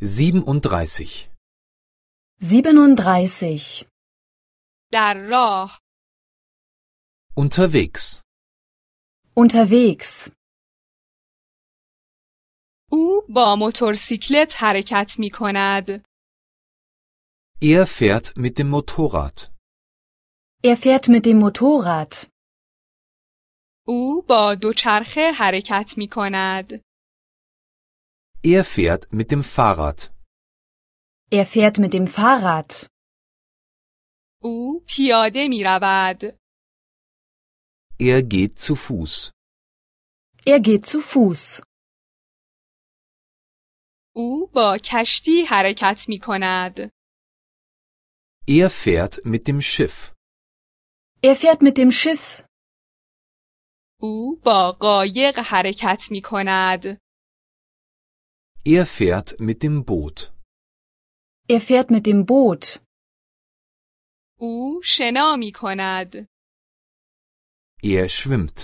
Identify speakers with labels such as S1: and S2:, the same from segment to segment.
S1: siebenundfünfzig
S2: siebenunddreißig,
S3: 37.
S1: در راه
S2: unterwegs,
S3: Unterwegs.
S1: او با موتورسیکلت حرکت می کند.
S2: er fährt mit dem Motorrad,
S3: Er fährt mit dem Motorrad.
S1: او با دوچرخه حرکت می کند.
S2: er fährt mit dem Fahrrad,
S3: Er fährt mit dem Fahrrad.
S1: او پیاده می رود.
S2: er geht zu Fuß,
S3: Er geht zu Fuß.
S1: او با کشتی حرکت می کند.
S2: er fährt mit dem Schiff,
S3: Er fährt mit dem Schiff.
S1: او با قایق حرکت می کند.
S2: er fährt mit dem Boot,
S3: Er fährt mit dem Boot.
S1: او شنا می کند.
S2: er schwimmt,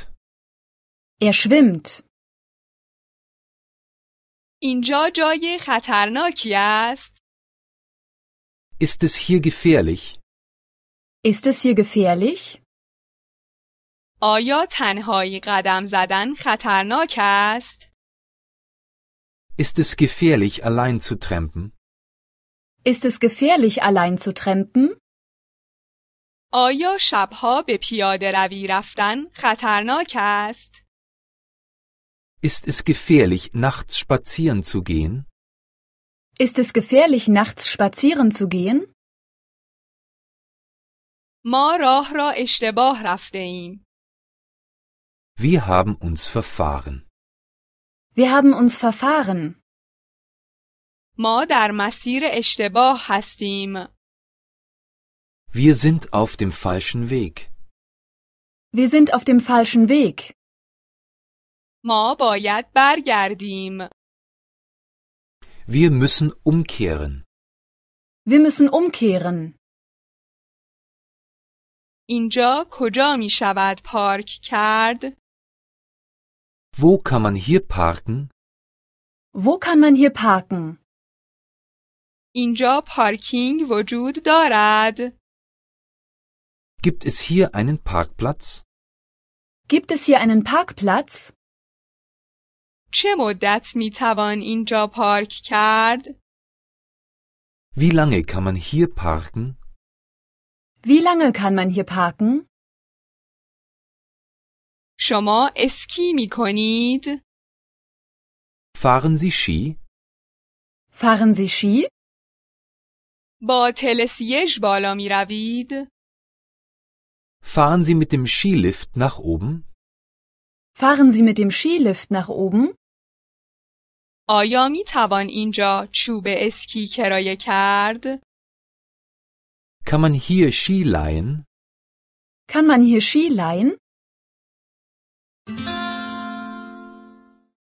S3: Er schwimmt.
S1: اینجا جای خطرناکی است.
S2: ist es hier gefährlich,
S3: Ist es hier gefährlich?
S1: آیا تنهایی قدم زدن خطرناک است؟
S2: ist es gefährlich allein zu trampen,
S3: Ist es gefährlich, allein zu trampen?
S1: آیا شبها به پیاده روی رفتن خطرناک است؟
S2: ist es gefährlich nachts spazieren zu gehen,
S3: Ist es gefährlich, nachts spazieren zu gehen?
S1: ما راه را اشتباه رفته ایم.
S2: wir haben uns verfahren.
S3: Wir haben uns verfahren.
S1: ما در مسیر اشتباه هستیم.
S2: Wir sind auf dem falschen Weg.
S3: Wir sind auf dem falschen Weg.
S1: ما باید برگردیم.
S2: Wir müssen umkehren.
S3: Wir müssen umkehren.
S1: اینجا کجا می شود پارک کرد؟
S2: Wo kann man hier parken?
S3: Wo kann man hier parken?
S1: اینجا پارکینگ وجود دارد.
S2: Gibt es hier einen Parkplatz?
S3: Gibt es hier einen Parkplatz?
S1: چه مدت می توان اینجا پارک کرد؟
S2: Wie lange kann man hier parken?
S3: Wie lange kann man hier parken?
S1: شما اسکی می کنید؟
S2: Fahren Sie Ski?
S3: Fahren Sie Ski?
S1: با تلسیج بالا می روید؟
S2: Fahren Sie mit dem Skilift nach oben?
S3: Fahren Sie mit dem Skilift nach oben?
S1: آیا می توان اینجا چوب اسکی کرایه کرد؟
S2: Kann man hier Ski leihen?
S3: Kann man hier Ski leihen?